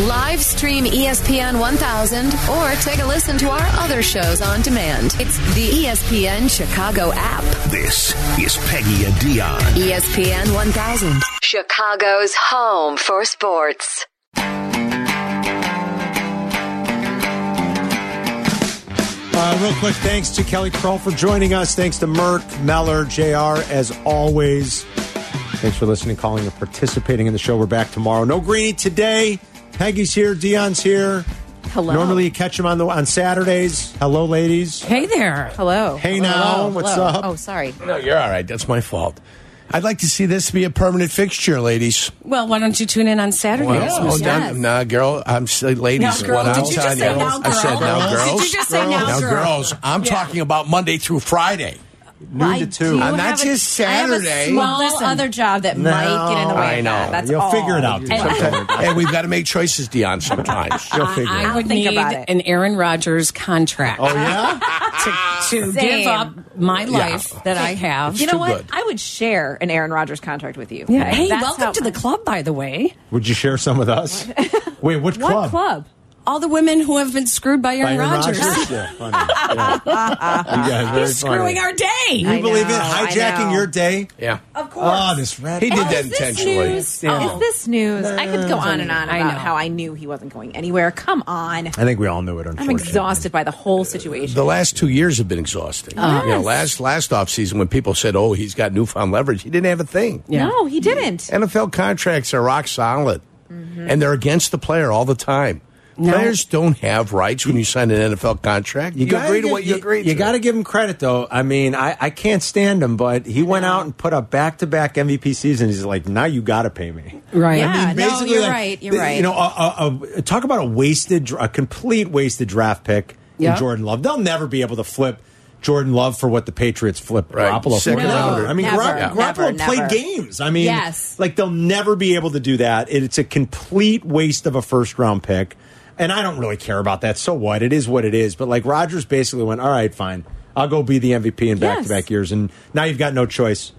Live stream E ESPN 1000 or take a listen to our other shows on demand. It's the E ESPN Chicago app. E This is Peggy and Dion. ESPN 1000, Chicago's home for sports. Uh, real quick, thanks to Kelly Kroll for joining us. Thanks to Merck, Meller, JR, as always. Thanks for listening, calling, and participating in the show. We're back tomorrow. No Greeny today. Peggy's here. Dion's here. Hello. Normally you catch him on the on Saturdays. Hello, ladies. Hey there. Hello. Hey now, what's up? Oh, sorry. No, you're all right. That's my fault. I'd like to see this be a permanent fixture, ladies. Well, why don't you tune in on Saturdays? oh, Mr. now- Yes. nah, girl. I'm s- uh, ladies. Now, girl. what Did I'm you just telling say you. now, I said girl? now, Did girls. you just say now, girl? girls. I'm Yeah. talking about Monday through Friday. Noon to two. do I'm have not a- just I have a Saturday. small Well, listen. other job that might get in the No, I way. of that. know. That's You'll all. figure it out. Sometime- and we've got to make choices, Dion. Sometimes. You'll figure it I out. would think need about it. an Aaron Rodgers contract Oh, yeah? to give up my life that I have. You know too what? good. I would share an Aaron Rodgers contract with you. Yeah. Hey, That's welcome how- to the club, by the way. Would you share some with us? Wait, which What club? club? All the women who have been screwed by By Aaron Aaron Rodgers. Rodgers? yeah, funny. Yeah. You guys, very Screwing funny. our day. You believe know, it? I Hijacking know. your day? Yeah. Of course. Oh, this rat. He did that this intentionally. news? Yeah. Is this news? I could go on and on I about know. how I knew he wasn't going anywhere. Come on. I think we all knew it. I'm exhausted by the whole situation. The last two years have been exhausting. Oh. You know, last last offseason when people said, "Oh, he's got newfound leverage," he didn't have a thing. No, he didn't. NFL contracts are rock solid, Mm-hmm. and they're against the player all the time. Players don't have rights when you sign an NFL contract. You, gotta agree to give- what you, agree to. You got to give him credit, though. I mean, I, I can't stand him, but he went out and put up back to back MVP seasons. He's like, now you got to pay me. Right. Yeah. I mean, no, basically, you're like, right, you're th- right. You know, a, a, a, talk about a wasted, dr- a complete wasted draft pick Yeah. in Jordan Love. They'll never be able to flip Jordan Love for what the Patriots flipped Right. Garoppolo for. Second No, rounder. I mean, never, Garopp- never, Garoppolo played never. games. I mean, Yes. like they'll never be able to do that. It- It's a complete waste of a first round pick. And I don't really care about that. So what? It is what it is. But like Rodgers basically went, all right, fine. I'll go be the MVP in back to back Yes. years. And now you've got no choice.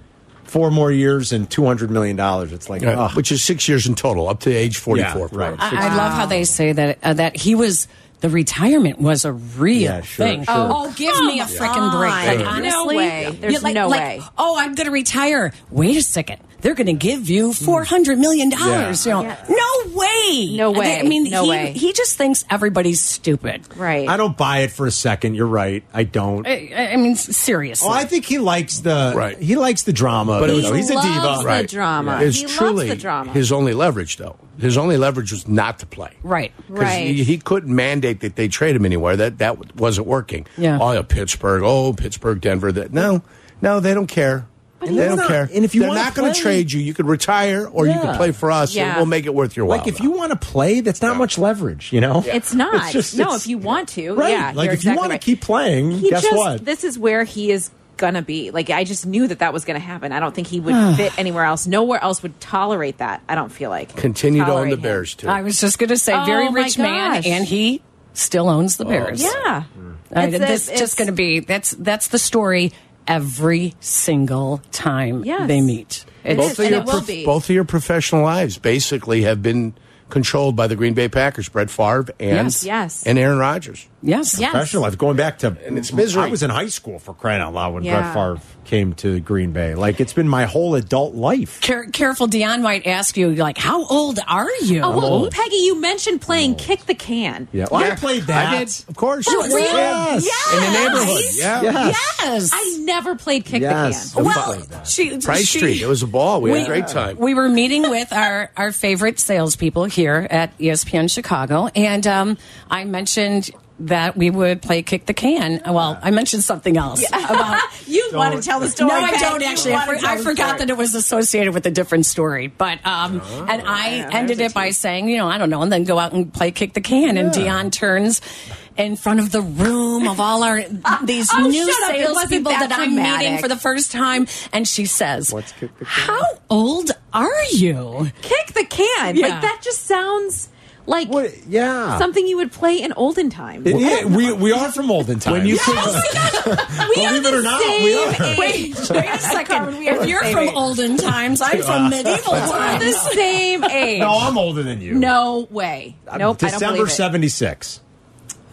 Four more years and $200 million. It's like, Yeah, ugh. which is six years in total, up to age forty-four. Yeah, right. Right. I, I love how they say that uh, that he was the retirement was a real Yeah, sure, thing. sure. Oh, give me a come freaking break! on. Like Yeah. honestly, No way. Yeah, There's like, no like, way. Oh, I'm going to retire. Wait a second. They're going to give you four hundred million dollars. Mm. Yeah. You know, no way, No way. I mean, No he way. he just thinks everybody's stupid. Right. I don't buy it for a second. You're right. I don't. I, I- I mean, s- seriously. Oh, I think he likes the Right. he likes the drama. But But it he's, was- a loves diva. the Right. drama. It's He loves truly the drama. his only leverage, though. His only leverage was not to play. Right. 'Cause Right. He, he couldn't mandate that they trade him anywhere. That that wasn't working. Yeah. Oh, yeah, Pittsburgh. Oh, Pittsburgh, Denver. That no, no, they don't care. he they don't wanna- care. and if you they're wanna not going play- to trade you, you could retire or you Yeah. could play for us, and Yeah. we'll make it worth your while. Like if you want to play, that's not much leverage. You know, It's not. just- no, it's- if you want to, Right. yeah. Like, you're if you exactly wanna right. keep playing, He guess just- what? This is where he is gonna be. Like I just knew that that was gonna happen. I don't think he would fit anywhere else. Nowhere else would tolerate that. I don't feel like continue to own Tolerate the him. Bears too. I was just going to say, Oh, very my rich man, gosh. and he still owns the Oh. Bears. Yeah, Mm. I, It's- this it's- just going to be that's that's the story every single time Yes. they meet. It It's- is, and it will be. Both of your professional lives basically have been controlled by the Green Bay Packers, Brett Favre and Yes. Yes. and Aaron Rodgers. Yes. Yeah. professional life going back to And it's misery. I was in high school for crying out loud when Brett Yeah. Favre came to Green Bay. Like it's been my whole adult life. Care- careful, Dion might ask you like, "How old are you?" Oh, well, Peggy, you mentioned playing kick the can. Yeah, well, I Yeah, played that. I did, of course. Well, really? Yes. In the neighborhood. Yes. Yeah. Yes. I never played kick Yes. the can. Oh, well, she, Price she- Street. It was a ball. We, had a great time. We were meeting with our, our favorite salespeople here at E ESPN Chicago, and um, I mentioned that we would play kick the can. Well, I mentioned something else about You want to tell the story? No, I Peg. don't You actually. I, wanna for, tell I the forgot story. that it was associated with a different story. But um, Ah. and I ended it by saying, you know, I don't know, and then go out and play kick the can. And Dion turns in front of the room of all our these Oh, new shut up. It wasn't salespeople that, that I'm meeting dramatic. for the first time, and she says, "How old are you?" kick the can. Yeah. Like that just sounds Like, What- yeah. something you would play in olden time. It- yeah, we, we are from olden times. When you could- We Believe it or not, we are. Wait, Wait a second. If you're from olden times, I'm from medieval the times. same age. no, I'm older than you. Uh, No way. Nope. I don't December believe it. 76.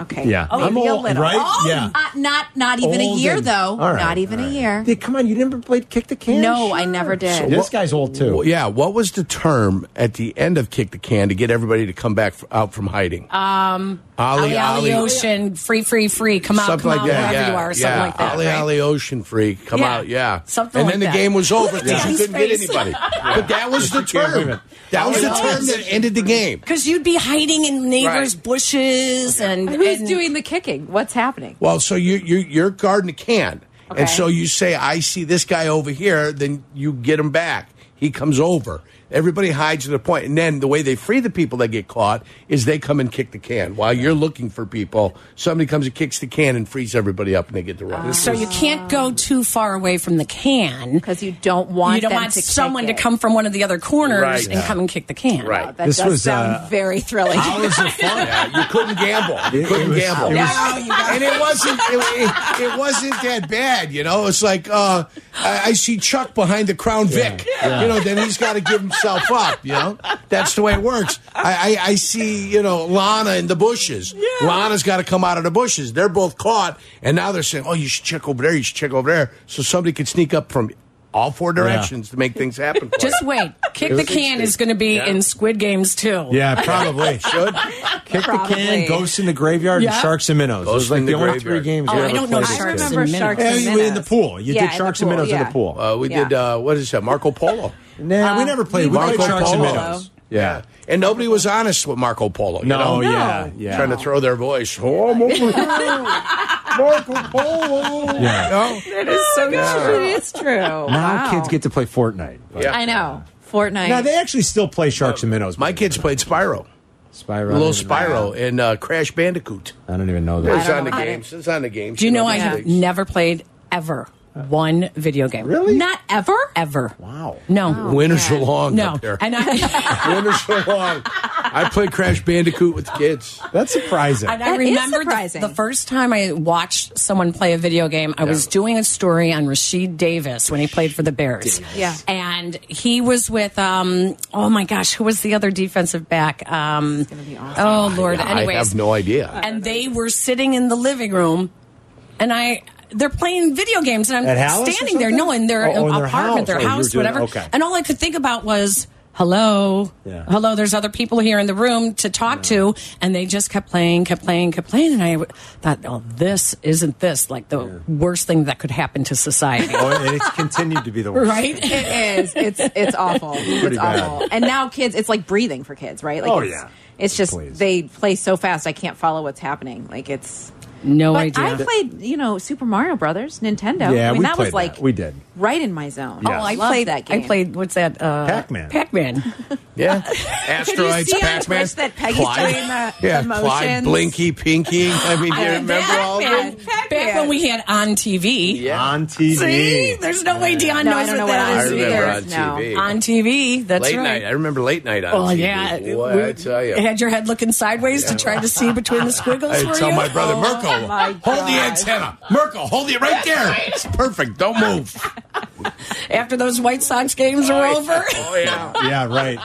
Okay. Yeah. Oh, I'm maybe a old, little. right? Oh, Yeah. uh, not not even a Old year and- though. All right, not even all a right. year. Yeah, come on, you never played kick the can? No, I never did. So this guy's old too. Well, yeah, what was the term at the end of kick the can to get everybody to come back f- out from hiding? Um, Alley, Ollie, alley, Ollie, ocean, free, free, free. Come out, something come like out, that. wherever yeah, you are, something yeah. like that. Ollie, right? Ollie, ocean freak, come Yeah, out, yeah, something And like then the that. game was over because Danny's you couldn't get face. anybody. But that was the can't believe it. term. That was the Ollie, term Ollie. that ended the game. Because you'd be hiding in neighbors' Right. bushes and Who's and- doing the kicking? What's happening? Well, so you you you're guarding a can, Okay. and so you say, "I see this guy over here," then you get him back. He comes over. Everybody hides at a point, and then the way they free the people that get caught is they come and kick the can while you're looking for people. Somebody comes and kicks the can and frees everybody up, and they get to run. So you can't go too far away from the can. Because you don't want you don't them want to kick someone to it. come from one of the other corners Right. and come and kick the can. Right. Wow, that This does was, sound uh, very thrilling. Hours of fun. Yeah, you couldn't gamble. You It couldn't was- gamble. it was- No, you guys- and it wasn't it, it- it wasn't that bad, you know. It's like uh, I, I see Chuck behind the Crown Vic, you know. Then he's got to give himself up, you know. That's the way it works. I, I, I see, you know, Lana in the bushes. Lana's got to come out of the bushes. They're both caught, and now they're saying, "Oh, you should check over there. You should check over there." So somebody could sneak up from all four directions to make things happen. for Just you. wait. Kick the can is going to be in Squid Games too. Yeah, probably. Should. Kick the Probably. can, Ghosts in the Graveyard, Yeah. and Sharks and Minnows. Ghosts Those like in the, the only three Graveyard. games Oh, we I ever don't know played. I Sharks remember and sharks Minnows. and Yeah, you were in the minnows. pool. You Yeah, did in the Sharks and pool, Minnows in yeah. Um, the pool. Uh, we did uh, what is that? Marco Polo. nah, we never played. We Marco played Sharks and Polo. Minnows. Yeah. And nobody was honest with Marco Polo. you No, know? yeah, yeah. Trying to throw their voice. Oh, I'm over here. Marco Polo. Yeah. You know? That is so true. It is true. Now Now kids get to play Fortnite. Yeah. I know. Fortnite. Now they actually still play Sharks and Minnows. My kids played Spyro, Spyro. I Little don't even know. Spyro, and uh, Crash Bandicoot. I don't even know that. It's don't on the know how to- games. It's on the games. Do you know I Yeah. have never played ever one video game? Really? Not ever? Ever. Wow. No. Winters are long No. up there. And I, Winters are long. I played Crash Bandicoot with the kids. That's surprising. and I That is remember the, surprising. the first time I watched someone play a video game, I was doing a story on Rashid Davis when he played for the Bears. Yeah. And he was with, um, oh my gosh, who was the other defensive back? Um, Oh, Lord. Anyways. I have no idea. and they were sitting in the living room, and I they're playing video games, and At I'm Hallis or standing there, no, something? in their Oh, oh, in their apartment, their house. Oh, you were house, doing- whatever. okay. And all I could think about was. Hello, Yeah. hello. There's other people here in the room to talk to, and they just kept playing, kept playing, kept playing, and I w- thought, oh, this isn't this like the worst thing that could happen to society, oh, and it's continued to be the worst. right? It is. It's it's awful. Pretty It's bad. awful. And now kids, it's like breathing for kids, right? Like Oh, it's, yeah. It's just Please. they play so fast. I can't follow what's happening. Like it's. No but idea. I played, you know, Super Mario Brothers, Nintendo. Yeah, I mean, we that played was that. like We did. right in my zone. Yeah. oh, I Loved played that game. I played what's that? Uh, Pac-Man. Pac-Man. Yeah. Did Asteroids, you see on Pac-Man. Twitch that Peggy's doing the- yeah, the Clyde, motions? Blinky, Pinky. I mean, do you uh, I- remember all Pac-Man. that? Back when we had on TV. Yeah. On TV. See, there's no way Dion No, I knows what don't know what that I is remember on either. TV. No. On TV, that's late right. night. I remember late night on Oh TV. yeah, Boy, I tell you. had your head looking sideways to try to see between the squiggles. I were tell you? Oh, my brother, Mirko, my hold the gosh. antenna. Mirko, hold it right there. It's perfect. Don't Oh, move. after those White Sox games were over. Oh, yeah. Yeah, right.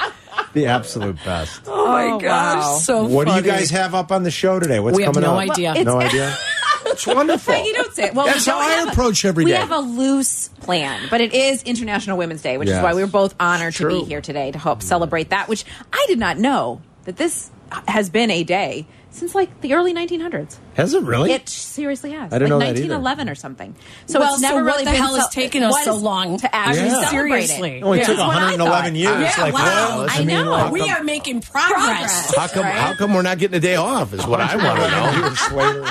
The absolute best. Oh my Oh, gosh, wow. so What do you funny. guys have up on the show today? What's We have coming no up? idea. Well, no it's- idea. It's wonderful. But you don't say. Well, we That's how don't I have a- approach every we day. have a loose plan, but it is International Women's Day, which Yes. is why we were both honored to True. be here today to help celebrate that. Which I did not know that this has been a day since like the early 1900s. Has it really? It seriously has. I didn't know like that either. 1911 or something. So well, it's never so really what the been hell cel- has taken us what so is- long to actually Yeah. celebrate it. seriously? It only took That's what I 111 thought. years. Yeah, It's like, wow. wow. I know. How We come- are making progress. Progress. How come, how come we're not getting a day off is what I want to know. Years later.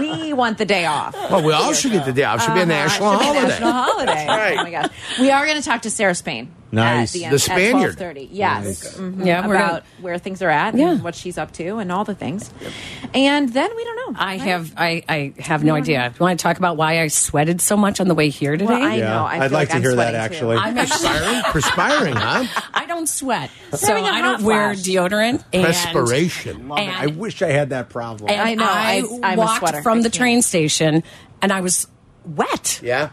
We want the day off. Well, we all should get the day off. It should be a Uh-huh. Uh-huh. national It should be a holiday. national holiday. right. Oh my gosh. We are going to talk to Sarah Spain. Nice. At the, end- The at Spaniard. 12:30. Yes. Mhm. Yeah, we're about gonna- where things are at Yeah. and what she's up to and all the things. And then we don't know. I have I, I have no idea. Do you want to talk about why I sweated so much on the way here today? Well, I Yeah, know. I I'd feel like like to I'm hear that, sweating, too. actually. I'm actually Perspiring, perspiring, huh? I don't sweat, so having a I don't hot wear flash. deodorant. And Perspiration. And I wish I had that problem. and I know, I, I- I'm a walked sweater. from I the can't. train station, and I was wet. Yeah.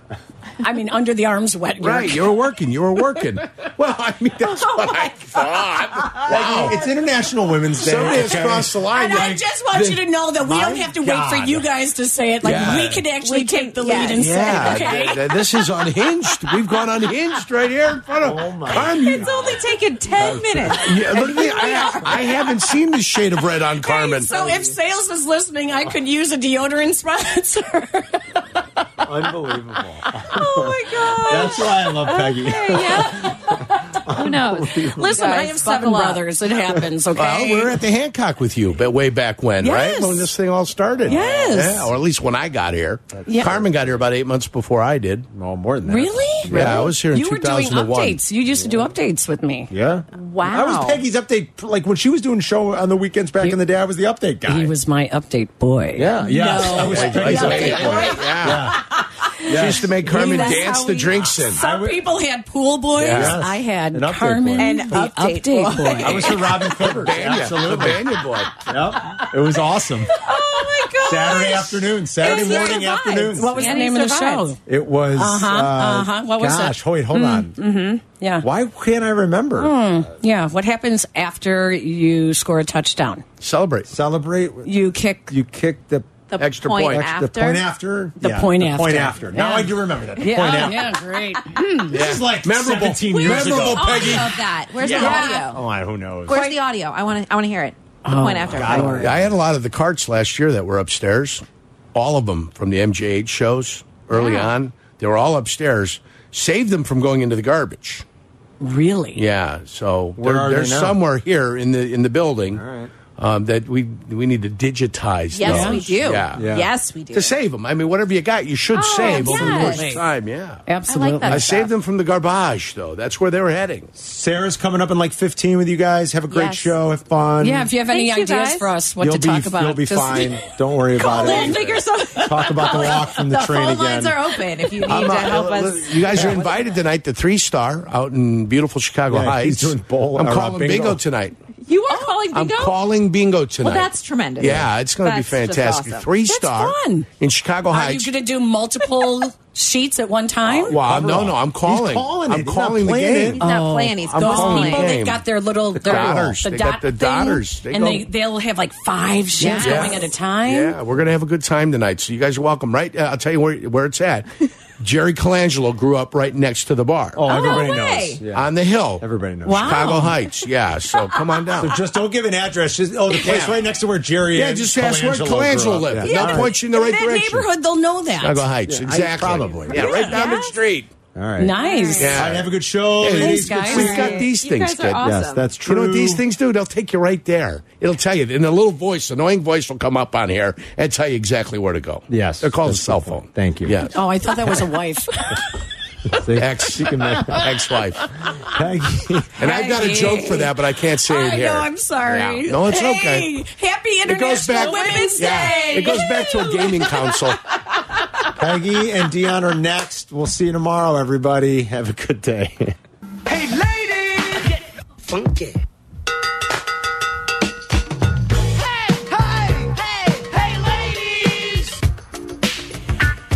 I mean, under the arms, wet. York. Right. You were working. You were working. Well, I mean, that's Oh, what I thought. Wow. It's International Women's Day. Somebody has okay? crossed the line. And I like, just want you the- to know that we My don't have to wait for God. you guys to say it. Like Yeah. we can actually We can- take the yes. lead and Yeah, say, it, okay. th- th- this is unhinged. We've gone unhinged right here in front of. Oh my! Carm, you- It's only taken 10 minutes. yeah, look at me. I, I haven't seen the shade of red on Carmen. So if sales is listening, I could use a deodorant sponsor. Unbelievable. Oh my God. That's why I love Peggy. Oh, Who knows? Listen, I Guys, have seven buckle up. brothers. It happens, okay? well, we were at the Hancock with you, but way back when, right? Yes. When this thing all started. Yes. Yeah, or at least when I got here. Yeah. Carmen got here about eight months before I did. No, more than that. really? Yeah, I was here in You were doing 2001. updates. You used to do updates with me. Yeah. I Wow. was Peggy's update. Like when she was doing show on the weekends back in the day, I was the update guy. He was my update boy. Yeah. Yeah. I was Yeah, Peggy's yeah, update boy. yeah. She used to make Carmen That's dance how the we- drinks in. Some people had pool boys. Yes. I had An update Carmen, boy. An the update update boy. boy. I was her Robin Fibbers. Banya, the Absolutely. Banya boy. Yep. It was awesome. Oh my God. Saturday afternoon, Saturday It was morning, your vibes. afternoon. What was And the he name of the survived. show? It was. Uh-huh, uh-huh. What was gosh, that? mm-hmm. wait, hold on. Yeah. Why can't I remember? Hmm. Yeah. What happens after you score a touchdown? Celebrate. Celebrate. You kick. You kicked the, The Extra point, point. after. the point after. The Yeah, point the Point after. after. Now Yeah. I do remember that. The yeah, Oh, point after. yeah, great. This is like memorable, 17 years ago. memorable Audio Peggy. of that. Where's the Yeah. audio? Oh, I, who knows? Oh, Where's the audio? I want to. I want to hear it. The point after. Yeah, I had a lot of the carts last year that were upstairs. All of them from the MJH shows early on. They were all upstairs. Saved them from going into the garbage. Really? Yeah, so Where they're, are they're they now? somewhere here in the in the building right. um, that we we need to digitize. Yes, those. we do. Yeah. Yeah. Yes, we do. to save them. I mean, whatever you got, you should Oh, save over the yes. course of time. Yeah, Absolutely. that. I saved them from the garbage though. That's where they were heading. Sarah's coming up in like 15 with you guys. Have a great Yes. show. Have fun. Yeah, if you have any Thanks, you ideas guys. for us, what you'll to be, talk about, You'll be just- fine. Don't worry about We'll it. figure something. Talk about the walk from the, The train phone again. lines are open if you need I'm, to uh, help uh, us. You guys are invited tonight to Three Star out in beautiful Chicago Yeah, Heights. he's doing bowl- I'm or, uh, calling bingo. bingo. tonight. You are calling bingo. I'm calling bingo tonight. Well, that's tremendous. Yeah, it's going to be That's just fantastic. awesome. Three Star fun. in Chicago Are you Heights. going to do multiple sheets at one time? Wow, no, no, I'm He's calling. calling it. I'm He's not calling the playing game. it. He's not playing. He's I'm Those calling Oh, calling. people, the they've game. got their little The their, Dotters. The They dot got the thing, Dotters. They and go- they they'll have like five sheets Yeah. going at a time. Yeah, we're gonna have a good time tonight. So you guys are welcome. Right, uh, I'll tell you where where it's at. Jerry Colangelo grew up right next to the bar Oh, everybody no way. knows. Yeah. on the hill. Everybody knows. Wow. Chicago Heights. Yeah, so come on down. So just don't give an address. Just, oh, the place Yeah. right next to where Jerry yeah, and just ask where Colangelo grew Colangelo up. lived. Yeah. They'll point you in the right that direction. neighborhood, they'll know that. Chicago Heights, Yeah, I- exactly. probably. Yeah, right down the Yes. street. All right. Nice. Yeah. All right, have a good show. Hey, ladies. Thanks, guys. Good We've seeing got these You things, guys are Kid. awesome. Yes, that's You true. know what these things do? They'll take you right there. It'll tell you. And a little voice, annoying voice, will come up on here and tell you exactly where to go. Yes, They're called a that's cell the point. phone. Thank you. Yes. Oh, I thought that was a wife. Ex- She can make Ex-wife. Peggy. And I've got a joke for that, but I can't say it I here. know. I'm sorry. Yeah. No, it's Hey, okay. Happy International Women's yeah, Day. It goes back to a gaming council. Peggy and Dion are next. We'll see you tomorrow, everybody. Have a good day. Hey, ladies! Get funky. Hey, hey, hey, hey, ladies!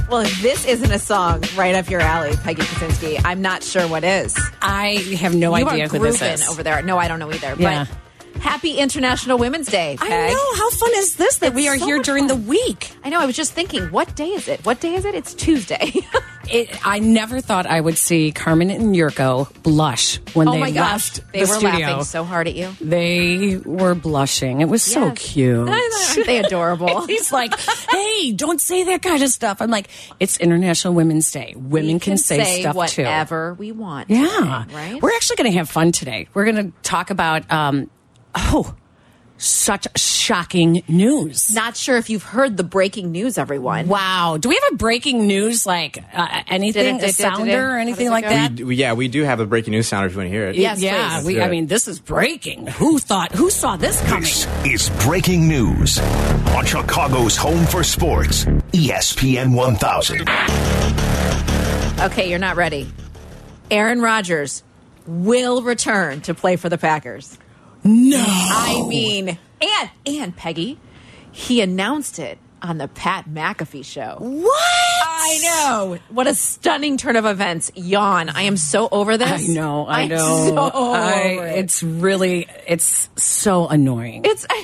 Well, if this isn't a song right up your alley, Peggy Kaczynski, I'm not sure what is. I have no you idea are who this grooving is. over there. No, I don't know either. Yeah. But happy International Women's Day, Peg. I know. How fun is this that we It's are so here much during fun. the week? I know. I was just thinking, what day is it? What day is it? It's Tuesday. It, I never thought I would see Carmen and Yurko blush when oh they my gosh, left they the were studio. laughing so hard at you. They were blushing. It was so Yes. cute. Aren't they adorable? He's like, hey, don't say that kind of stuff. I'm like, it's International Women's Day. Women We can, say, stuff too. whatever we want. Yeah. right. We're actually going to have fun today. We're going to talk about, um, oh, such shocking news. Not sure if you've heard the breaking news, everyone. Wow. Do we have a breaking news, like uh, anything, Did a it- did it- did it- did it- sounder or anything how does like it that? We, we- yeah, we do have a breaking news sounder if you want to hear it. Yes, yeah, please. we, Yeah. I mean, this is breaking. Who thought, who saw this coming? This is breaking news on Chicago's home for sports, E ESPN 1000. Okay, you're not ready. Aaron Rodgers will return to play for the Packers. No. I mean, and and Peggy, he announced it on the Pat McAfee show. What? I know. What a stunning turn of events. Yawn. I am so over this. I know, I I'm know. so over I- it. It's really, it's so annoying. It's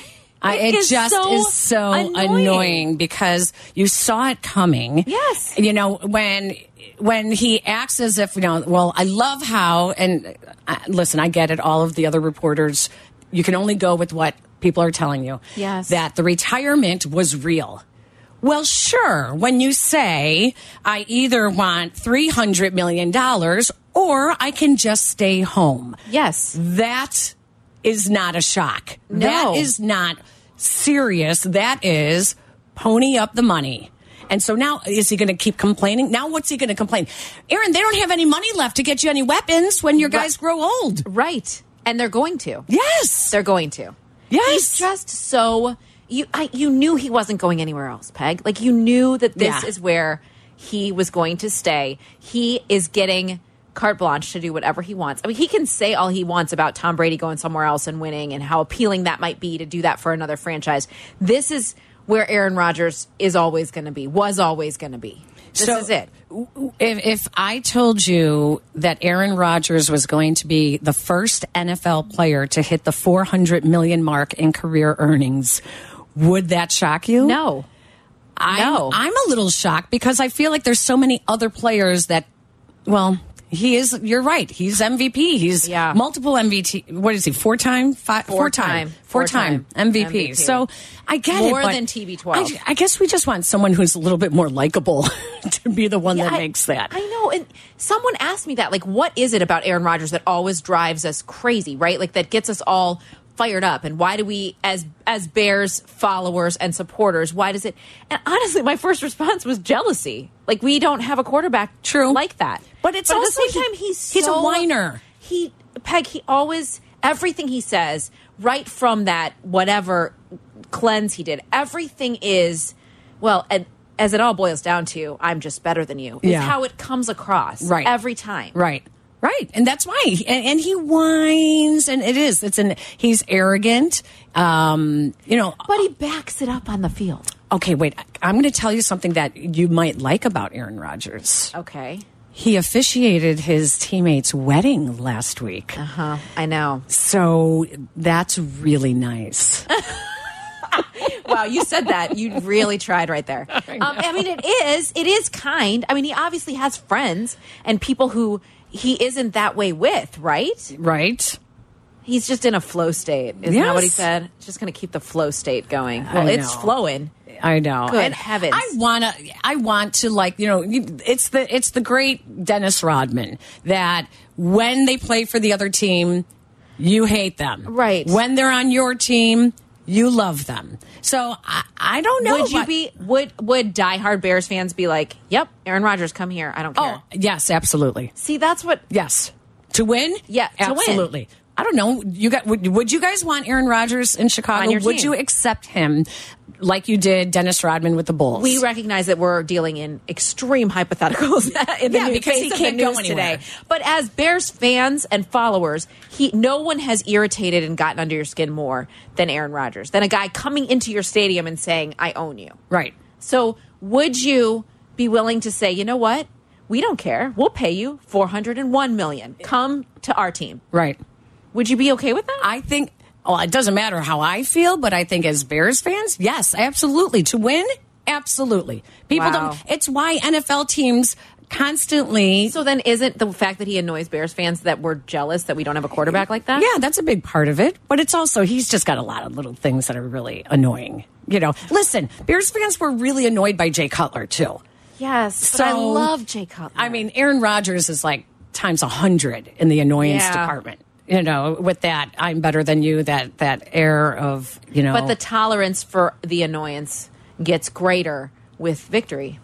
I, it is just so is so annoying. because you saw it coming. Yes. You know, when when he acts as if, you know, well, I love how and uh, listen, I get it all of the other reporters you can only go with what people are telling you. Yes. That the retirement was real. Well, sure. When you say I either want 300 million dollars or I can just stay home Yes. that is not a shock. No. That is not serious. That is pony up the money. And so now, is he going to keep complaining? Now, what's he going to complain? Aaron, they don't have any money left to get you any weapons when your guys grow old. Right. And they're going to. Yes. They're going to. Yes. He's just so you I you knew he wasn't going anywhere else, Peg. Like you knew that this Yeah. is where he was going to stay. He is getting carte blanche to do whatever he wants. I mean, he can say all he wants about Tom Brady going somewhere else and winning and how appealing that might be to do that for another franchise. This is where Aaron Rodgers is always going to be, was always going to be. This So, is it. w- w- If, if I told you that Aaron Rodgers was going to be the first NFL player to hit the 400 million mark in career earnings, would that shock you? No. I'm, No. I'm a little shocked because I feel like there's so many other players that, well, he is. You're right. He's MVP. He's Yeah. multiple MVP. What is he? Four time, five, four, time, Four-time. four time Four-time MVP. MVP. So I get it. More but than TB12. I, I guess we just want someone who's a little bit more likable to be the one that Yeah, I- makes that. I know. And someone asked me that, like, what is it about Aaron Rodgers that always drives us crazy, right? Like that gets us all fired up. And why do we, as as Bears followers and supporters, why does it? And honestly, my first response was jealousy. Like we don't have a quarterback True. like that. But it's at also the same he- time he's he's a so- whiner. He Peg. He always everything he says right from that whatever cleanse he did. Everything is well, and as it all boils down to, I'm just better than you. Is Yeah. how it comes across right every time. right right and that's why and, and he whines and it is it's an he's arrogant um you know But he backs it up on the field. Okay, wait. I'm going to tell you something that you might like about Aaron Rodgers. Okay. He officiated his teammate's wedding last week. Huh. I know. So that's really nice. wow, you said that. You really tried right there. I, um, I mean, it is. It is kind. I mean, he obviously has friends and people who he isn't that way with, right? right? He's just in a flow state. Isn't that what he Yes. said? Just going to keep the flow state going. Well, I it's know. flowing. I know. Good And heavens. I want to I want to like, you know, you- it's the it's the great Dennis Rodman that when they play for the other team, you hate them. Right. When they're on your team, you love them. So I, I don't know would you what- be would would diehard Bears fans be like, "Yep, Aaron Rodgers, come here. I don't care." Oh, yes, absolutely. See, that's what Yes. To win? Yeah, to win. absolutely. I don't know. You got would, would you guys want Aaron Rodgers in Chicago? On your Would team. you accept him like you did Dennis Rodman with the Bulls? we recognize that we're dealing in extreme hypotheticals in the Yeah, new because face he of can't the go news anywhere. today. But as Bears fans and followers, he no one has irritated and gotten under your skin more than Aaron Rodgers, than a guy coming into your stadium and saying, "I own you." right. So, would you be willing to say, "You know what? We don't care. We'll pay you 401 million. Come to our team." Right. Would you be okay with that? I think well, it doesn't matter how I feel, but I think as Bears fans, yes, absolutely. To win, absolutely. People Wow. don't it's why NFL teams constantly So then, isn't the fact that he annoys Bears fans that we're jealous that we don't have a quarterback like that? Yeah, that's a big part of it. But it's also, he's just got a lot of little things that are really annoying. You know, listen, Bears fans were really annoyed by Jay Cutler, too. Yes. So but I love Jay Cutler. I mean, Aaron Rodgers is like times a 100 in the annoyance Yeah. department. you know, with that I'm better than you, that that air of, you know But the tolerance for the annoyance gets greater with victory.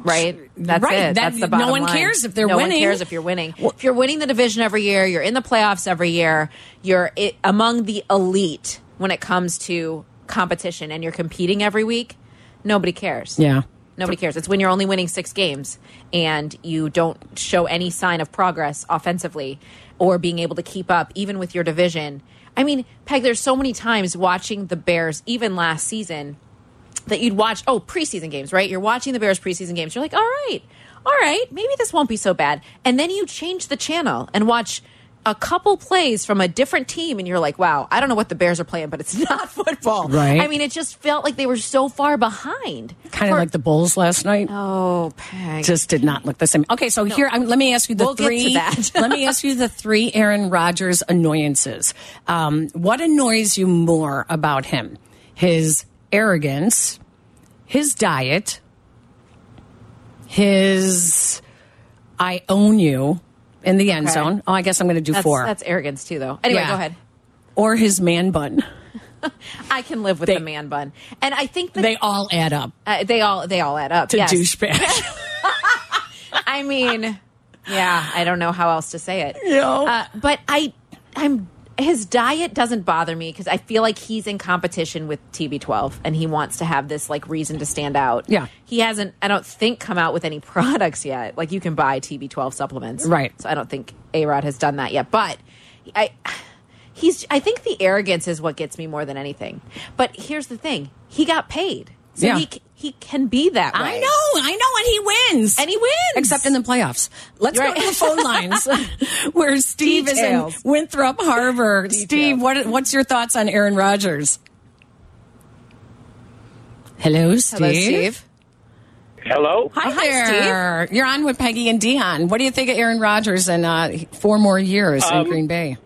Right, that's Right. That- it. that's the no bottom one line. cares if they're No winning. One cares if you're winning. if you're winning the division every year, you're in the playoffs every year. You're i among the elite when it comes to competition, and you're competing every week. Nobody cares. Yeah. Nobody cares. It's when you're only winning six games and you don't show any sign of progress offensively or being able to keep up, even with your division. I mean, Peg, there's so many times watching the Bears, even last season, that you'd watch, oh, preseason games, right? You're watching the Bears preseason games. You're like, all right, all right, maybe this won't be so bad. And then you change the channel and watch a couple plays from a different team and you're like, wow, I don't know what the Bears are playing, but it's not football. Right. I mean, it just felt like they were so far behind. kind of For- like the Bulls last night. Oh, Peg. just did not look the same. Okay, so here, I'm, let me ask you the We'll get to three. that. let me ask you the three Aaron Rodgers annoyances. Um, what annoys you more about him? His arrogance, his diet, his "I own you" in the end Okay. zone. Oh, I guess I'm going to do that's, four. That's arrogance too, though. Anyway, Yeah. go ahead. or his man bun. I can live with They- the man bun, and I think that They all add up uh, they all they all add up to yes. douchebag. I mean, yeah, I don't know how else to say it. No. Uh, but I, I'm his diet doesn't bother me because I feel like he's in competition with TB12 and he wants to have this like reason to stand out. Yeah. he hasn't. I don't think come out with any products yet. Like you can buy TB12 supplements, Right. So I don't think A Rod has done that yet. But I. He's. I think the arrogance is what gets me more than anything. But here's the thing: he got paid, so Yeah. he c- he can be that way. I know, I know, and he wins. And he wins. Except in the playoffs. Let's Right. go to the phone lines where Steve Details. is in Winthrop Harbor. Steve, what, what's your thoughts on Aaron Rodgers? Hello, Steve. Hello, Steve. Hello. Hi, Oh, hi, there. You're on with Peggy and Dion. What do you think of Aaron Rodgers and uh, four more years in Green Bay?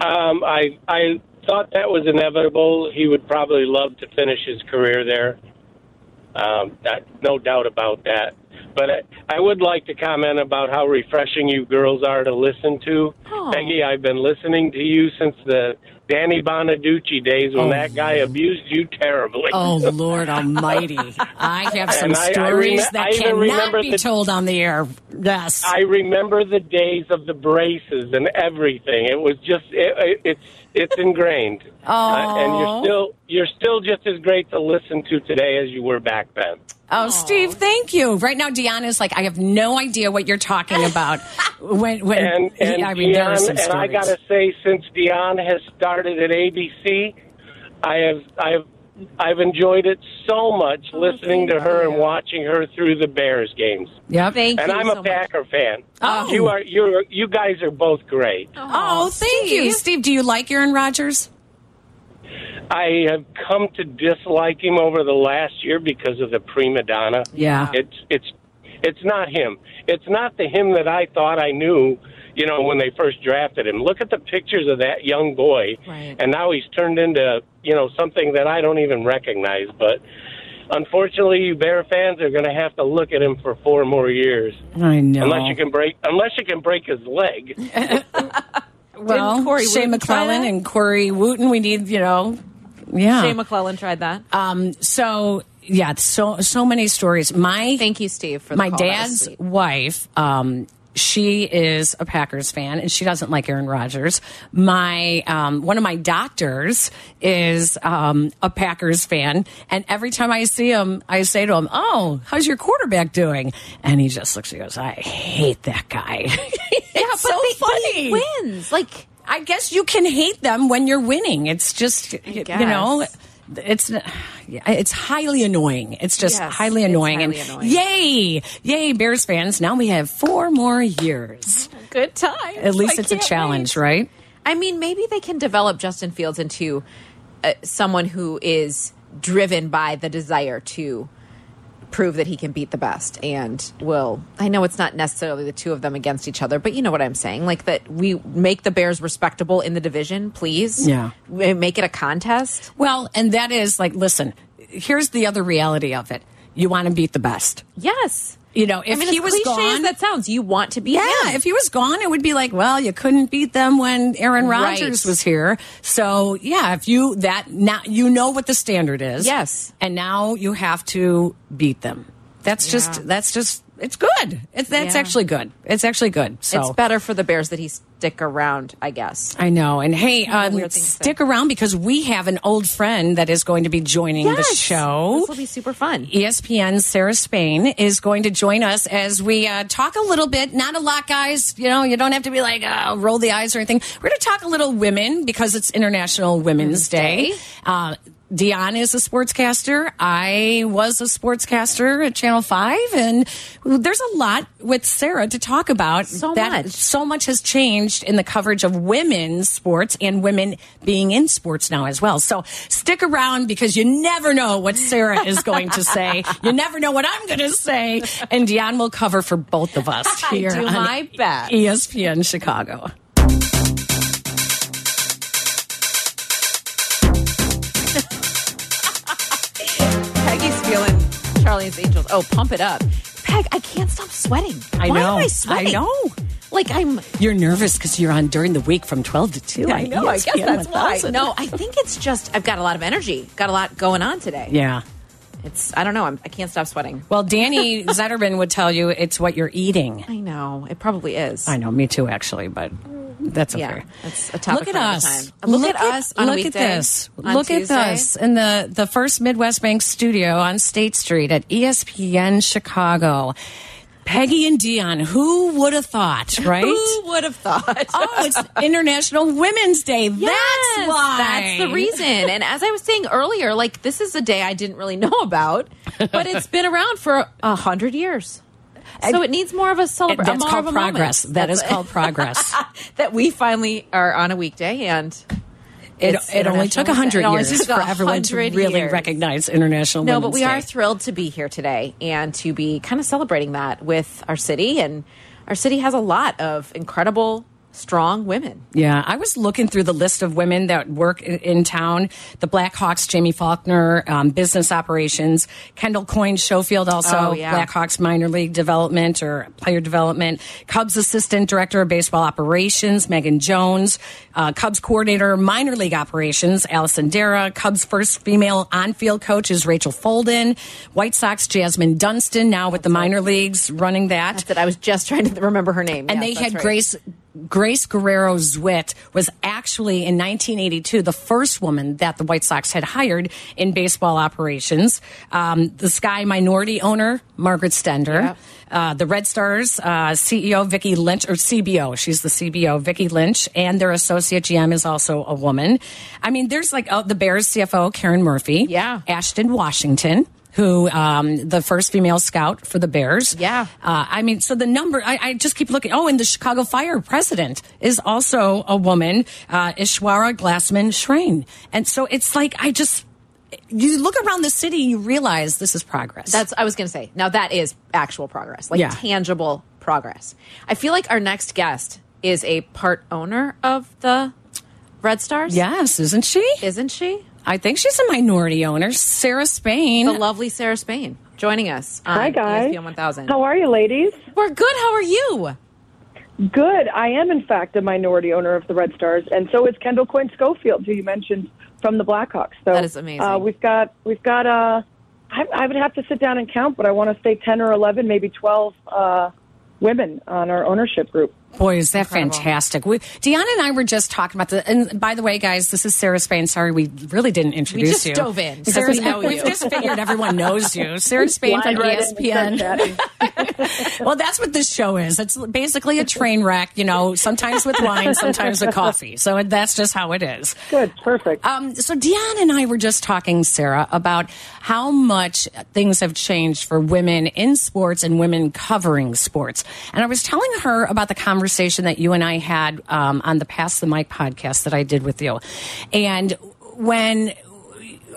Um, I I thought that was inevitable. He would probably love to finish his career there. Um, that, no doubt about that. But I, I would like to comment about how refreshing you girls are to listen to. Oh. Aw. Peggy, I've been listening to you since the Danny Bonaducci days when that guy abused you terribly. Oh, Lord Almighty. I have some And I- I stories remem- I that even cannot remember be the- told on the air. Yes. I remember the days of the braces and everything. It was just it, it, it's it's ingrained. Oh, and Aw. you're still you're still just as great to listen to today as you were back then. Oh, Steve, thank you. Right now, Deanna's like, I have no idea what you're talking about. when, when, And and I mean, there are Dion- some and stories. I gotta say, since Dion has started at ABC, I have I have. I've enjoyed it so much Oh, listening to thank her and you. watching her through the Bears games. Yep. Thank And you I'm so a much. Packer fan. You are you you guys are both great. oh, thank you, Steve. Do you like Aaron Rodgers? I have come to dislike him over the last year because of the prima donna. Yeah. It's it's it's not him. It's not the him that I thought I knew, you know, when they first drafted him. Look at the pictures of that young boy Right. and now he's turned into, you know, something that I don't even recognize, but unfortunately you bear fans are going to have to look at him for four more years I know. unless you can break unless you can break his leg. well, Didn't Corey Shea Wooten try McClellan that? and Corey Wooten, we need, you know, yeah. Jay McClellan tried that. so, yeah, so so many stories. My Thank you, Steve, for the my call. That was dad's sweet. wife um, she is a packers fan and she doesn't like aaron rodgers my um, one of my doctors is um, a packers fan and every time i see him i say to him oh how's your quarterback doing and he just looks and goes i hate that guy it's so funny wins. Like i guess you can hate them when you're winning it's just you guess. know it's it's highly annoying. It's just Yes, highly it's annoying. highly and annoying. yay, yay, Bears fans! Now we have four more years. good time. At least it's a challenge, right? I mean, maybe they can develop Justin Fields into uh, someone who is driven by the desire to prove that he can beat the best and will I know it's not necessarily the two of them against each other but you know what I'm saying like that we make the bears respectable in the division please Yeah. We make it a contest Well, and that is like, listen. Here's the other reality of it. You want to beat the best. yes You know, if I mean, he as was cliche as gone, that sounds, you want to be yeah, him. if he was gone, it would be like, well, you couldn't beat them when Aaron Right. Rodgers was here. So yeah, if you that now you know what the standard is. Yes. and now you have to beat them. That's just that's just it's good. It's that's Yeah. actually good. It's actually good. So It's better for the Bears that he stick around, I guess. I know. And hey, uh, weird things stick there. around because we have an old friend that is going to be joining the show. This will be super fun. E ESPN's Sarah Spain is going to join us as we uh, talk a little bit. Not a lot, guys. You know, you don't have to be like, uh, roll the eyes or anything. We're going to talk a little women because it's International Women's Day. Uh, Dion is a sportscaster. I was a sportscaster at Channel 5. And there's a lot with Sarah to talk about. So much. So much has changed in the coverage of women's sports and women being in sports now as well. So stick around because you never know what Sarah is going to say. You never know what I'm going to say. And Dion will cover for both of us here do on E my best. ESPN Chicago. Peggy's feeling Charlie's Angels. Oh, pump it up. Peg, I can't stop sweating. I Why know. am I sweating? I know. Like I'm You're nervous because you're on during the week from 12 to E 2. I know, I guess ESPN that's why. 1000. No, I think it's just I've got a lot of energy. Got a lot going on today. Yeah. It's I don't know, I'm I can't stop sweating. Well, Danny Zetterman would tell you it's what you're eating. I know. It probably is. I know, me too, actually, but that's okay. Yeah, that's a topic Look at for another us. time. Look at us on a look weekday, at this. on look Tuesday. at this in the the first Midwest Bank studio on State Street at E ESPN Chicago. Peggy and Dion, who would have thought, right? Who would have thought? oh, it's International Women's Day. that's why. That's the reason. And as I was saying earlier, like this is a day I didn't really know about, but it's been around for a hundred years. So it needs more of a It- celebration. That's called progress. That is called progress. that we finally are on a weekday and It, it's it only took 100 International Women's Day. It only years took for everyone to 100 really years. recognize International No, Women's but we Day. are thrilled to be here today and to be kind of celebrating that with our city. And our city has a lot of incredible, strong women. Yeah, I was looking through the list of women that work in, in town. The Blackhawks, Jamie Faulkner, um, business operations, Kendall Coyne, Schofield, also Oh, yeah. Blackhawks minor league development or player development, Cubs assistant director of baseball operations, Megan Jones, uh, Cubs coordinator minor league operations, Allison Dara, Cubs first female on-field coach is Rachel Folden, White Sox Jasmine Dunston now with the minor leagues running that That I was just trying to remember her name. and Yes, they that's had right. Grace Grace Guerrero Zwitt was actually in 1982 the first woman that the White Sox had hired in baseball operations. Um, the Sky minority owner Margaret Stender, Yep. uh, the Red Stars uh, CEO Vicky Lynch or CBO, she's the CBO Vicky Lynch, and their associate GM is also a woman. I mean, there's like oh, the Bears CFO Karen Murphy, Yeah. Ashton Washington. Who um, the first female scout for the Bears? Yeah. Uh, I mean, so the number, I, I just keep looking. Oh, and the Chicago Fire president is also a woman, uh, Ishwara Glassman Schrein. And so it's like, I just, you look around the city, you realize this is progress. That's I was going to say. Now that is actual progress, like Yeah. tangible progress. I feel like our next guest is a part owner of the Red Stars. yes, isn't she? isn't she? I think she's a minority owner. Sarah Spain. The lovely Sarah Spain joining us. On E Hi guys. ESPN 1000. How are you, ladies? We're good. How are you? Good. I am in fact a minority owner of the Red Stars, and so is Kendall Coyne Schofield, who you mentioned from the Blackhawks. So That is amazing. Uh, we've got we've got uh, I, I would have to sit down and count, but I want to say ten or eleven, maybe twelve uh, women on our ownership group. Boy, is that fantastic. We, Deanna and I were just talking about the, and by the way, guys, this is Sarah Spain. Sorry, we really didn't introduce just you. dove in 'cause Sarah, we know we've you. just figured everyone knows you. Sarah Spain from E Slide right in and ESPN. start chatting. Well, that's what this show is. It's basically a train wreck, you know, sometimes with wine, sometimes with coffee. So that's just how it is. Good. Perfect. Um, so Deanne and I were just talking, Sarah, about how much things have changed for women in sports and women covering sports. And I was telling her about the conversation that you and I had um, on the Pass the Mic podcast that I did with you. And when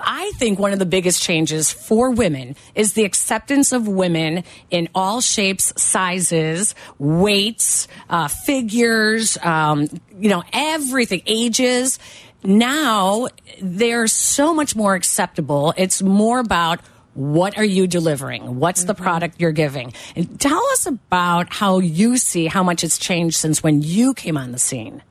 I think one of the biggest changes for women is the acceptance of women in all shapes, sizes, weights, uh, figures, um, you know, everything, ages. Now they're so much more acceptable. It's more about What are you delivering? What's the product you're giving? And tell us about how you see how much it's changed since when you came on the scene.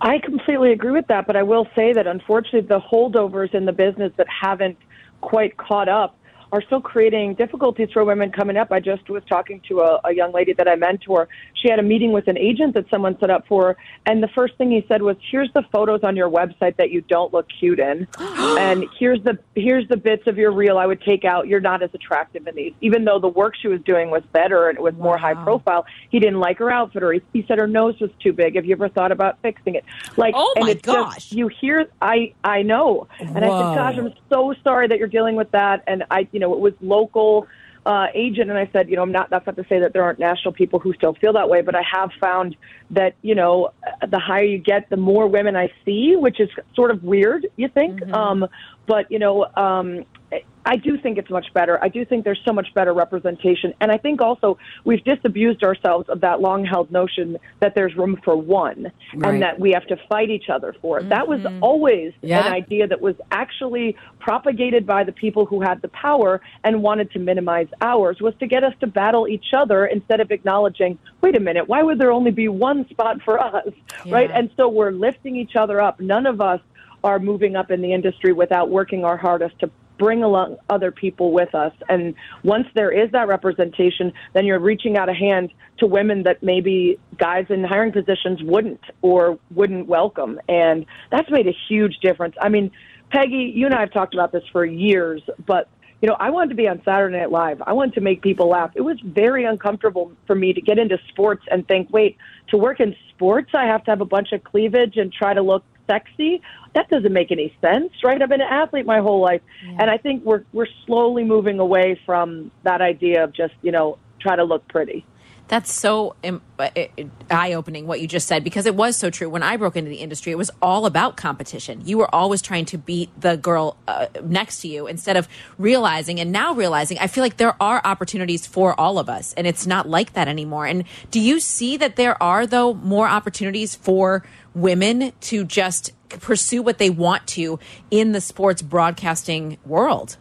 I completely agree with that, but I will say that unfortunately, the holdovers in the business that haven't quite caught up are still creating difficulties for women coming up. I just was talking to a, a young lady that I mentor. She had a meeting with an agent that someone set up for her, and the first thing he said was, "Here's the photos on your website that you don't look cute in, and here's the here's the bits of your reel I would take out. You're not as attractive in these, even though the work she was doing was better and it was more high profile. He didn't like her outfit, or he, he said her nose was too big. Have you ever thought about fixing it? Like, Oh and my it's just- gosh. you hear, I I know, and Whoa. I said, gosh, I'm so sorry that you're dealing with that. And I, you know, it was local uh, agent, and I said, you know, I'm not. That's not to say that there aren't national people who still feel that way, but I have found that you know, uh, the higher you get, the more women I see, which is sort of weird. You think, Mm-hmm. um, but you know. Um, I do think it's much better. I do think there's so much better representation. And I think also we've disabused ourselves of that long held notion that there's room for one Right. Mm-hmm. and that we have to fight each other for it. That was always Yeah. an idea that was actually propagated by the people who had the power and wanted to minimize ours was to get us to battle each other instead of acknowledging, wait a minute, why would there only be one spot for us? Right? And so we're lifting each other up. None of us are moving up in the industry without working our hardest to bring along other people with us. And once there is that representation, then you're reaching out a hand to women that maybe guys in hiring positions wouldn't or wouldn't welcome. And that's made a huge difference. I mean, Peggy, you and I have talked about this for years, but you know, I wanted to be on Saturday Night Live. I wanted to make people laugh. It was very uncomfortable for me to get into sports and think, wait, to work in sports, I have to have a bunch of cleavage and try to look sexy. That doesn't make any sense, right? I've been an athlete my whole life, and I think we're we're slowly moving away from that idea of just you know try to look pretty. That's so um, eye opening what you just said because it was so true. When I broke into the industry, it was all about competition. You were always trying to beat the girl uh, next to you instead of realizing and now realizing I feel like there are opportunities for all of us and it's not like that anymore. And do you see that there are, though, more opportunities for women to just pursue what they want to in the sports broadcasting world?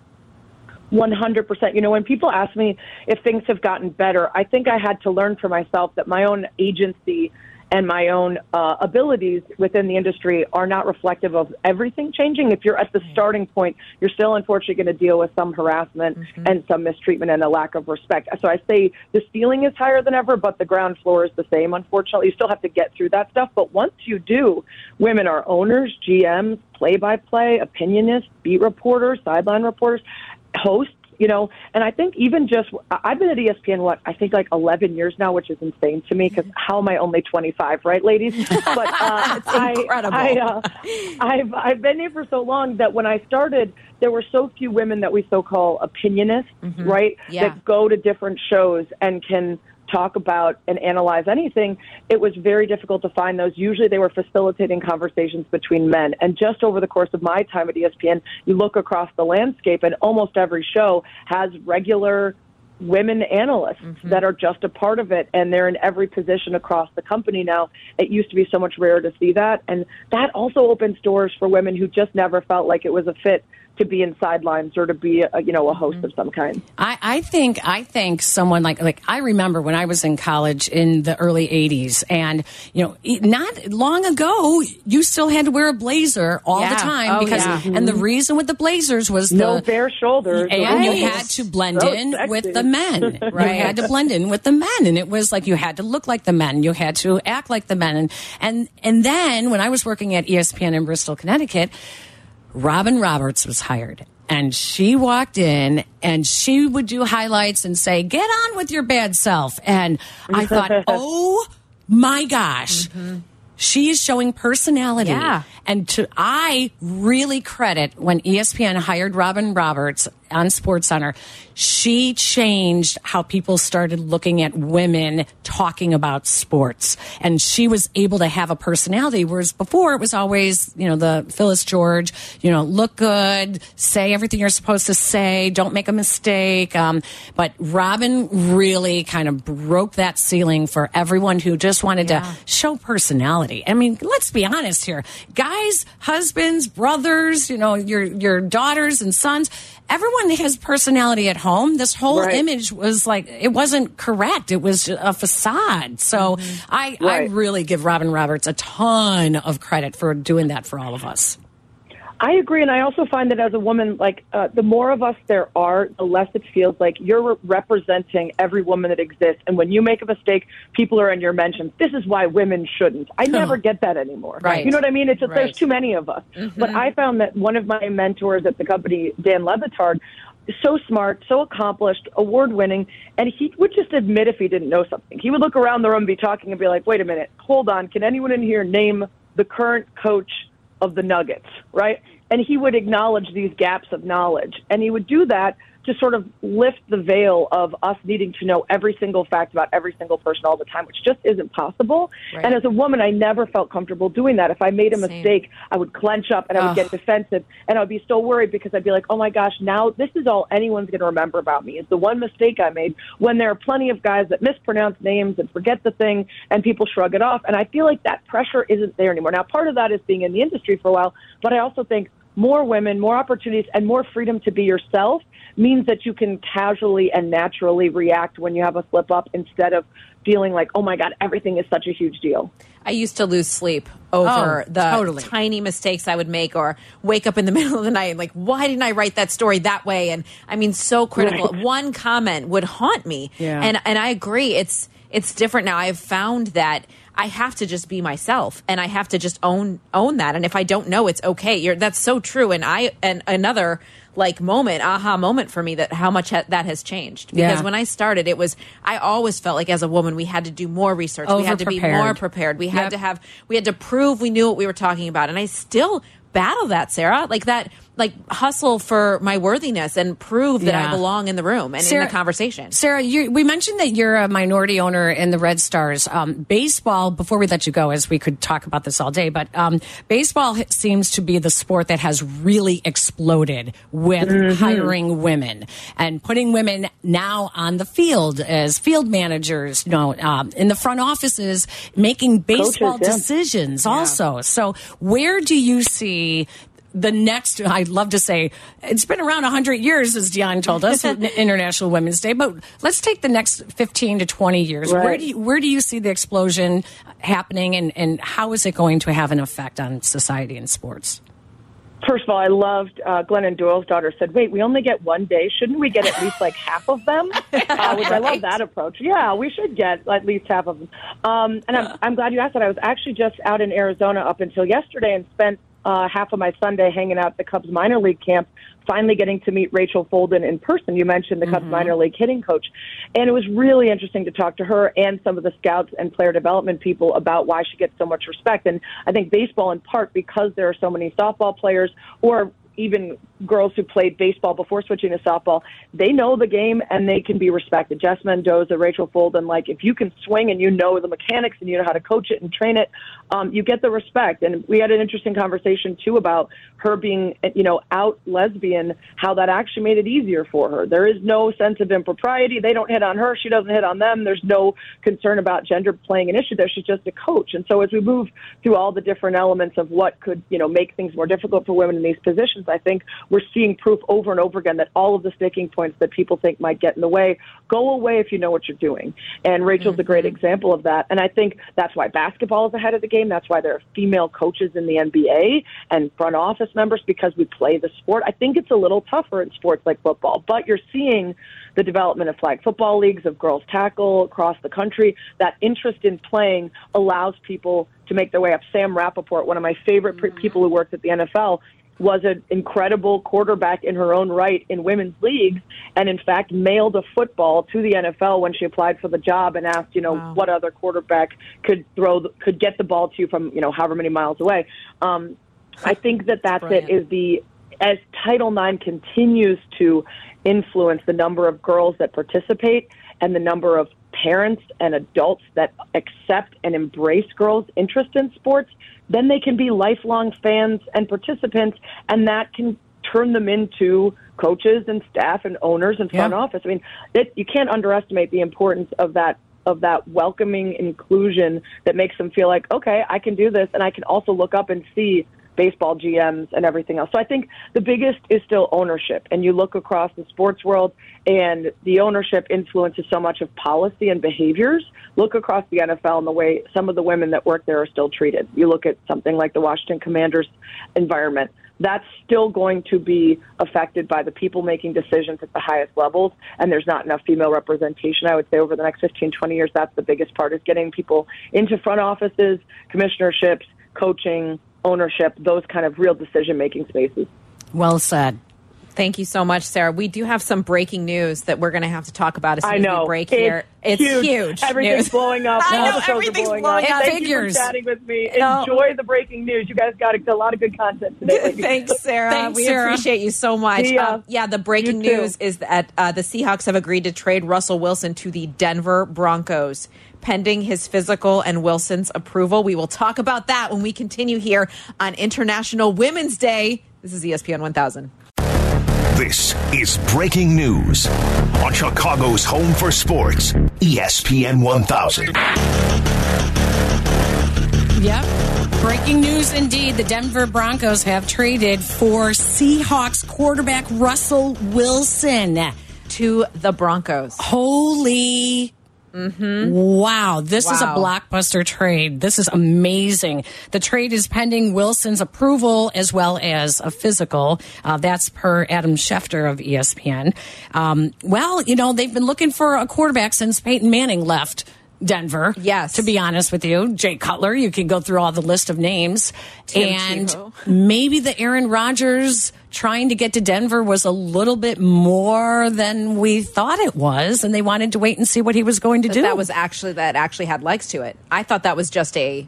100%. You know, when people ask me if things have gotten better, I think I had to learn for myself that my own agency and my own uh, abilities within the industry are not reflective of everything changing. If you're at the starting point, you're still unfortunately going to deal with some harassment and some mistreatment and a lack of respect. So I say the ceiling is higher than ever, but the ground floor is the same, unfortunately. You still have to get through that stuff. But once you do, women are owners, GMs, play by play, opinionists, beat reporters, sideline reporters hosts, you know, and I think even just I- I've been at E ESPN what I think like 11 years now, which is insane to me because how am I only 25, right, ladies? But uh, I, incredible. I, uh, I've I've been here for so long that when I started, there were so few women that we so call opinionists, right? Mm-hmm. Yeah. That go to different shows and can talk about and analyze anything, it was very difficult to find those. Usually they were facilitating conversations between men. And just over the course of my time at E ESPN, you look across the landscape and almost every show has regular women analysts that are just a part of it and they're in every position across the company now. It used to be so much rarer to see that and that also opens doors for women who just never felt like it was a fit to be in sidelines or to be a, you know a host of some kind. I, I think I think someone like like I remember when I was in college in the early '80s, and you know, e- not long ago, you still had to wear a blazer all the Yeah. time Oh, because, yeah. and the reason with the blazers was No the bare shoulders. and Right. you had to blend So in sexy. with the men. Right. You had to blend in with the men, and it was like you had to look like the men, you had to act like the men, and and, and then when I was working at E ESPN in Bristol, Connecticut, Robin Roberts was hired. And she walked in and she would do highlights and say, Get on with your bad self. And I thought, Oh my gosh. Mm-hmm. She is showing personality. Yeah. And to I really credit when E ESPN hired Robin Roberts on SportsCenter, she changed how people started looking at women talking about sports. And she was able to have a personality, whereas before it was always, you know, the Phyllis George, you know, look good, say everything you're supposed to say, don't make a mistake. Um, but Robin really kind of broke that ceiling for everyone who just wanted Yeah. to show personality. everybody. I mean, let's be honest here. Guys, husbands, brothers, you know, your your daughters and sons, everyone has personality at home. This whole Right. image was like it wasn't correct. It was a facade. So I Right. I really give Robin Roberts a ton of credit for doing that for all of us. I agree, and I also find that as a woman, like uh, the more of us there are, the less it feels like you're representing every woman that exists. And when you make a mistake, people are in your mentions. This is why women shouldn't. I never get that anymore. Right. You know what I mean? It's just Right. Mm-hmm. there's too many of us. But I found that one of my mentors at the company, Dan Levitard, so smart, so accomplished, award winning, and he would just admit if he didn't know something. He would look around the room, be talking, and be like, wait a minute, hold on, can anyone in here name the current coach of the Nuggets, right? And he would acknowledge these gaps of knowledge. And he would do that to sort of lift the veil of us needing to know every single fact about every single person all the time, which just isn't possible. Right. And as a woman, I never felt comfortable doing that. If I made a Same. mistake, I would clench up and I would Ugh. get defensive and I'd be so worried because I'd be like, oh my gosh, now this is all anyone's going to remember about me is the one mistake I made when there are plenty of guys that mispronounce names and forget the thing and people shrug it off. And I feel like that pressure isn't there anymore. Now, part of that is being in the industry for a while, but I also think more women, more opportunities, and more freedom to be yourself means that you can casually and naturally react when you have a slip up instead of feeling like, oh my God, everything is such a huge deal. I used to lose sleep over Oh, the totally. tiny mistakes I would make or wake up in the middle of the night and like, why didn't I write that story that way? And I mean, so critical. Right. One comment would haunt me. Yeah. And, and I agree. It's, it's different now. I've found that I have to just be myself and I have to just own, own that. And if I don't know, it's okay. You're, that's so true. And I, and another like moment, aha moment for me that how much ha that has changed. Because Yeah. when I started, it was, I always felt like as a woman, we had to do more research. We had to be more Over-prepared. prepared. We had Yep. to have we had to prove we knew what we were talking about. And I still battle that, Sarah. Like that like hustle for my worthiness and prove that I Yeah. belong in the room and in Sarah- the conversation. Sarah, you, we mentioned that you're a minority owner in the Red Stars. Um, baseball, before we let you go, as we could talk about this all day, but um, baseball h- seems to be the sport that has really exploded with Mhm. hiring women and putting women now on the field as field managers, you know, um, in the front offices, making baseball Coaches, yeah. decisions also. So, where do you see? The next, I'd love to say, it's been around 100 years, as Dion told us, N- International Women's Day. But let's take the next 15 to 20 years. Where Right. do you, where do you see the explosion happening, and, and how is it going to have an effect on society and sports? First of all, I loved uh, Glennon Doyle's daughter said, "Wait, we only get one day. Shouldn't we get at least like half of them?" Uh, which I love that approach. Yeah, we should get at least half of them. Um, and I'm, I'm glad you asked that. I was actually just out in Arizona up until yesterday and spent uh, half of my Sunday hanging out at the Cubs minor league camp. Finally, getting to meet Rachel Folden in person. You mentioned the Cubs minor league hitting coach, and it was really interesting to talk to her and some of the scouts and player development people about why she gets so much respect. And I think baseball, in part, because there are so many softball players or even girls who played baseball before switching to softball, they know the game and they can be respected. Jess Mendoza, Rachel Folden, like if you can swing and you know the mechanics and you know how to coach it and train it, um, you get the respect. And we had an interesting conversation too about her being, you know, out lesbian, how that actually made it easier for her. There is no sense of impropriety. They don't hit on her. She doesn't hit on them. There's no concern about gender playing an issue there. She's just a coach. And so as we move through all the different elements of what could, you know, make things more difficult for women in these positions, I think we're seeing proof over and over again that all of the sticking points that people think might get in the way go away if you know what you're doing. And Rachel's a great example of that. And I think that's why basketball is ahead of the game. That's why there are female coaches in the NBA and front office members because we play the sport. I think it's a little tougher in sports like football, but you're seeing the development of flag football leagues, of girls tackle across the country. That interest in playing allows people to make their way up. Sam Rappaport, one of my favorite pre- people who worked at the NFL, was an incredible quarterback in her own right in women's leagues and in fact mailed a football to the NFL when she applied for the job and asked, you know, what other quarterback could throw the, could get the ball to you from, you know, however many miles away. Um I think that that's it is the as Title IX continues to influence the number of girls that participate and the number of parents and adults that accept and embrace girls' interest in sports, then they can be lifelong fans and participants, and that can turn them into coaches and staff and owners and front office. I mean, it, you can't underestimate the importance of that of that welcoming inclusion that makes them feel like, okay, I can do this, and I can also look up and see baseball GMs and everything else. So I think the biggest is still ownership. And you look across the sports world, and the ownership influences so much of policy and behaviors. Look across the NFL and the way some of the women that work there are still treated. You look at something like the Washington Commanders environment. That's still going to be affected by the people making decisions at the highest levels, and there's not enough female representation. I would say over the next 15, 20 years, that's the biggest part is getting people into front offices, commissionerships, coaching, ownership, those kind of real decision making spaces. Well said. Thank you so much, Sarah. We do have some breaking news that we're going to have to talk about as soon I as know. we break It's here. It's huge. huge. Everything's news. blowing up. I All know, the shows are everything's blowing Oh blowing up. up. Thank Figures. you for chatting with me. No. Enjoy the breaking news. You guys got a lot of good content today. Thanks, Sarah. Thanks, we Sarah. appreciate you so much. See ya. Um, yeah, the breaking You too. news is that uh, the Seahawks have agreed to trade Russell Wilson to the Denver Broncos, pending his physical and Wilson's approval. We will talk about that when we continue here on International Women's Day. This is E ESPN 1000. This is breaking news on Chicago's home for sports, E ESPN 1000. Yep. Breaking news indeed. The Denver Broncos have traded for Seahawks quarterback Russell Wilson. To the Broncos. Holy. Wow, this is a Wow. blockbuster trade. This is amazing. The trade is pending Wilson's approval as well as a physical. Uh, that's per Adam Schefter of E ESPN. Um, well, you know, they've been looking for a quarterback since Peyton Manning left Denver. Yes. To be honest with you, Jay Cutler, you can go through all the list of names. and Tebow. maybe the Aaron Rodgers trying to get to Denver was a little bit more than we thought it was, and they wanted to wait and see what he was going to that do. that was actually that actually had legs to it. I thought that was just a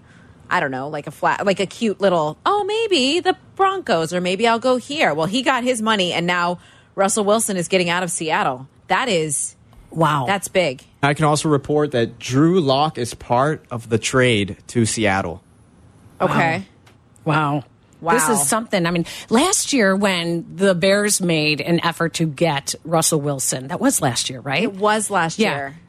I don't know, like a flat like a cute little, oh maybe the Broncos or maybe I'll go here. Well, he got his money and now Russell Wilson is getting out of Seattle. That is wow. that's big. I can also report that Drew Locke is part of the trade to Seattle. Okay. Wow. Wow. This is something. I mean, last year when the Bears made an effort to get Russell Wilson, that was last year, right? It was last Yeah. year.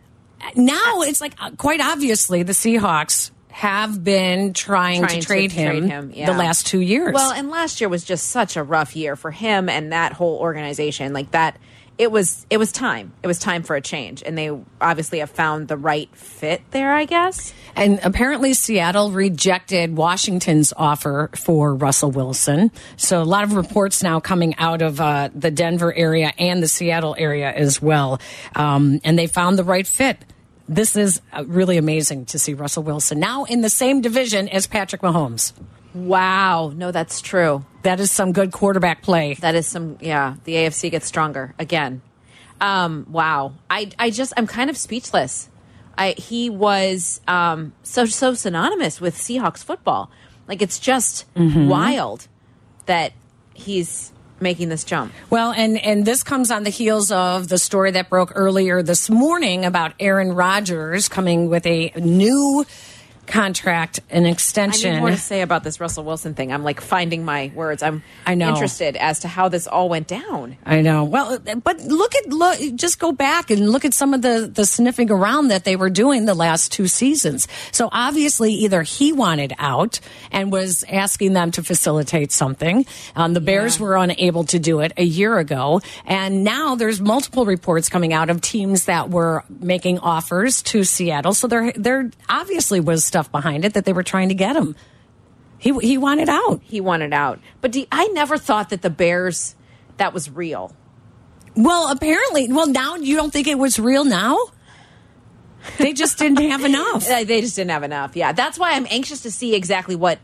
Now it's like uh, quite obviously the Seahawks have been trying, Trying to trade him, yeah. the last two years. Well, and last year was just such a rough year for him and that whole organization. Like that, it was it was time. It was time for a change, and they obviously have found the right fit there. I guess. And apparently, Seattle rejected Washington's offer for Russell Wilson. So, a lot of reports now coming out of uh, the Denver area and the Seattle area as well. Um, and they found the right fit. This is uh, really amazing to see Russell Wilson now in the same division as Patrick Mahomes. Wow. No, that's true. That is some good quarterback play. That is some yeah, the AFC gets stronger again. Um wow. I I just I'm kind of speechless. I he was um so so synonymous with Seahawks football. Like it's just Mm-hmm. wild that he's making this jump. Well, and and this comes on the heels of the story that broke earlier this morning about Aaron Rodgers coming with a new contract, an I extension. need more to say about this Russell Wilson thing. I'm like finding my words. I'm I know. interested as to how this all went down. I know. Well, but look at look. Just go back and look at some of the the sniffing around that they were doing the last two seasons. So obviously, either he wanted out and was asking them to facilitate something. Um, the Bears were unable to do it a year ago, and now there's multiple reports coming out of teams that were making offers to Seattle. So there there obviously was stuff behind it that they were trying to get him. He he wanted out. He wanted out. But do, I never thought that the Bears that was real. Well, apparently, well now you don't think it was real now? They just didn't have enough. Uh, They just didn't have enough. Yeah, that's why I'm anxious to see exactly what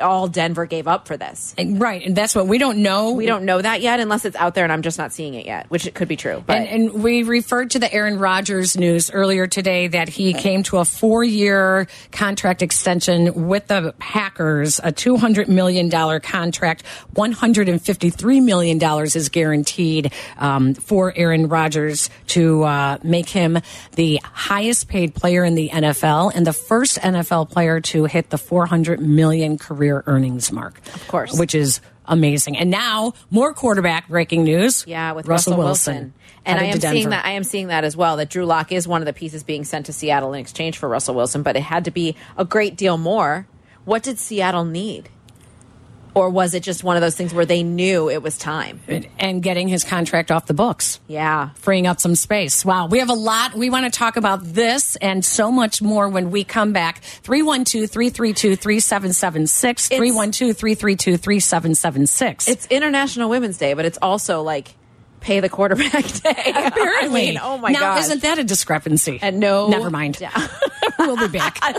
all Denver gave up for this. And- Right, and that's what we don't know. We don't know that yet, unless it's out there and I'm just not seeing it yet, which it could be true. But And, and we referred to the Aaron Rodgers news earlier today that he came to a four year contract extension with the Packers, a $200 million contract. $153 million is guaranteed um, for Aaron Rodgers to uh, make him the highest paid player in the NFL and the first NFL player to hit the 400 million career earnings mark. Of course. Which is amazing. And now more quarterback breaking news. Yeah, with Russell, Wilson. And I headed am to seeing Denver. that I am seeing that as well that Drew Lock is one of the pieces being sent to Seattle in exchange for Russell Wilson, but it had to be a great deal more. What did Seattle need? Or was it just one of those things where they knew it was time? and getting his contract off the books. Yeah. freeing up some space. Wow. We have a lot. We want to talk about this and so much more when we come back. 312 332 3776. 312 332 3776. It's International Women's Day, but it's also like pay the quarterback day. Apparently. oh my now, god. isn't that a discrepancy? And no Never mind. we'll be back.